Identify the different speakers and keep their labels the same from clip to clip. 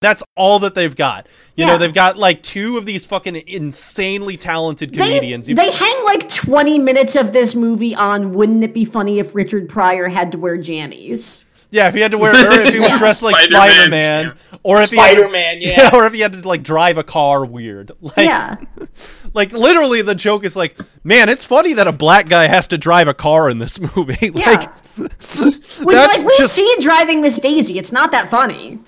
Speaker 1: That's all that they've got. You
Speaker 2: Yeah.
Speaker 1: know, they've got like two of these fucking insanely talented comedians.
Speaker 2: They,
Speaker 1: You've-
Speaker 2: they hang like 20 minutes of this movie on wouldn't it be funny if Richard Pryor had to wear jammies?
Speaker 1: yeah, if he had to wear, or if he was dressed like
Speaker 3: Spider-Man,
Speaker 1: Spider Man, or if
Speaker 4: Spider
Speaker 1: he had,
Speaker 4: Man, yeah.
Speaker 1: or if he had to like drive a car weird, like,
Speaker 2: yeah.
Speaker 1: like literally the joke is like, man, it's funny that a black guy has to drive a car in this movie. like,
Speaker 2: Which
Speaker 1: that's
Speaker 2: like we
Speaker 1: just-
Speaker 2: see driving Miss Daisy. It's not that funny.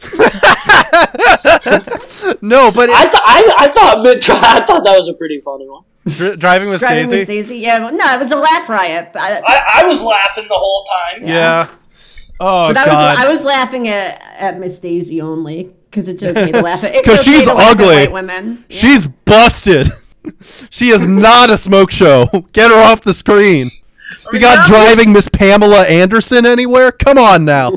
Speaker 1: no, but
Speaker 4: I thought I, I thought mid- I thought that was a pretty funny one.
Speaker 1: dri- driving with
Speaker 2: Driving
Speaker 1: Daisy.
Speaker 2: Miss Daisy. Yeah. well, No, it was a laugh riot. I,
Speaker 4: I, I was laughing the whole time.
Speaker 1: yeah. Oh
Speaker 2: but I
Speaker 1: god.
Speaker 2: was I was laughing at, at Miss Daisy only because it's okay to laugh at. it's
Speaker 1: 'Cause
Speaker 2: okay
Speaker 1: she's
Speaker 2: to laugh at
Speaker 1: ugly.
Speaker 2: White women. Yeah.
Speaker 1: She's busted. she is not a smoke show. Get her off the screen. You got driving Miss Pamela Anderson anywhere? Come on now.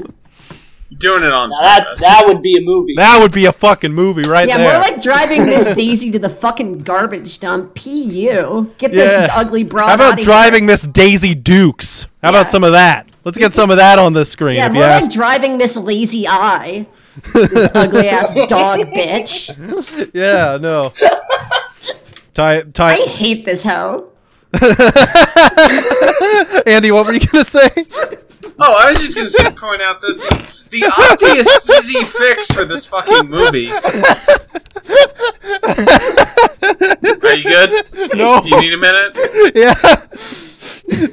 Speaker 3: Doing it on
Speaker 4: Now that
Speaker 3: purpose.
Speaker 4: that would be a movie.
Speaker 1: That would be a fucking movie right
Speaker 2: Yeah,
Speaker 1: there.
Speaker 2: more like driving Miss Daisy to the fucking garbage dump. Pu, get
Speaker 1: Yeah.
Speaker 2: this ugly broad.
Speaker 1: How about
Speaker 2: outta
Speaker 1: driving Miss Daisy Dukes? How about
Speaker 2: Yeah.
Speaker 1: some of that? Let's get some of that on the screen.
Speaker 2: Here. Yeah,
Speaker 1: if
Speaker 2: more
Speaker 1: you
Speaker 2: like
Speaker 1: ask.
Speaker 2: driving Miss Lazy Eye. This ugly ass dog bitch.
Speaker 1: yeah, no. Ty, Ty,
Speaker 2: I hate this hoe.
Speaker 1: Andy, what were you gonna say?
Speaker 3: Oh, I was just going to point out that the, the obvious easy fix for this fucking movie. Are you good?
Speaker 1: No.
Speaker 3: Do you need a minute?
Speaker 1: Yeah.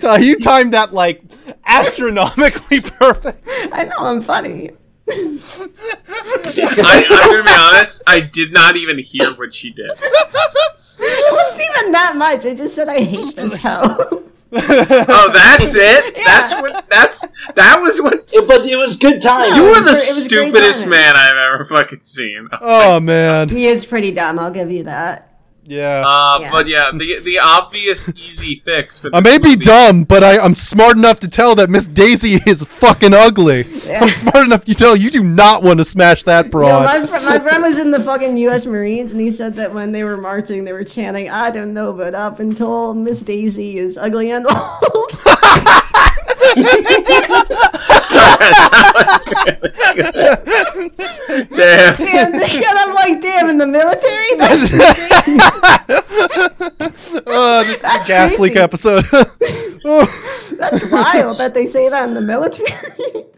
Speaker 1: Ty, you timed that like astronomically perfect.
Speaker 2: I know I'm funny.
Speaker 3: I, I'm going to be honest. I did not even hear what she did.
Speaker 2: It wasn't even that much. I just said I hate this hoe.
Speaker 3: Oh, that's it. That's what. That's that was what.
Speaker 4: It- but it was good time.
Speaker 3: You
Speaker 2: it
Speaker 3: were
Speaker 2: was
Speaker 3: the
Speaker 2: great- it was great
Speaker 3: stupidest
Speaker 2: timing.
Speaker 3: man I've ever fucking seen. Uh,
Speaker 1: Oh man.
Speaker 2: he is pretty dumb. I'll give you that.
Speaker 1: Yeah.
Speaker 3: Uh,
Speaker 2: Yeah.
Speaker 3: But yeah, the the obvious easy fix. For
Speaker 1: I
Speaker 3: this
Speaker 1: may be
Speaker 3: movie-
Speaker 1: dumb, but I, I'm smart enough to tell that Miss Daisy is fucking ugly. I'm smart enough to tell you do not want to smash that
Speaker 3: Oh,
Speaker 2: No,
Speaker 1: broad.
Speaker 2: my, fr- my friend was in the fucking U.S. Marines, and he said that when they were marching, they were chanting, "I don't know, but up until Miss Daisy is ugly and old."
Speaker 3: Damn.
Speaker 2: and, and I'm like, "Damn!" In the military, that's crazy.
Speaker 1: Oh, this is a
Speaker 2: That's
Speaker 1: gas leak
Speaker 2: crazy.
Speaker 1: episode. Oh,
Speaker 2: that's wild that they say that in the military.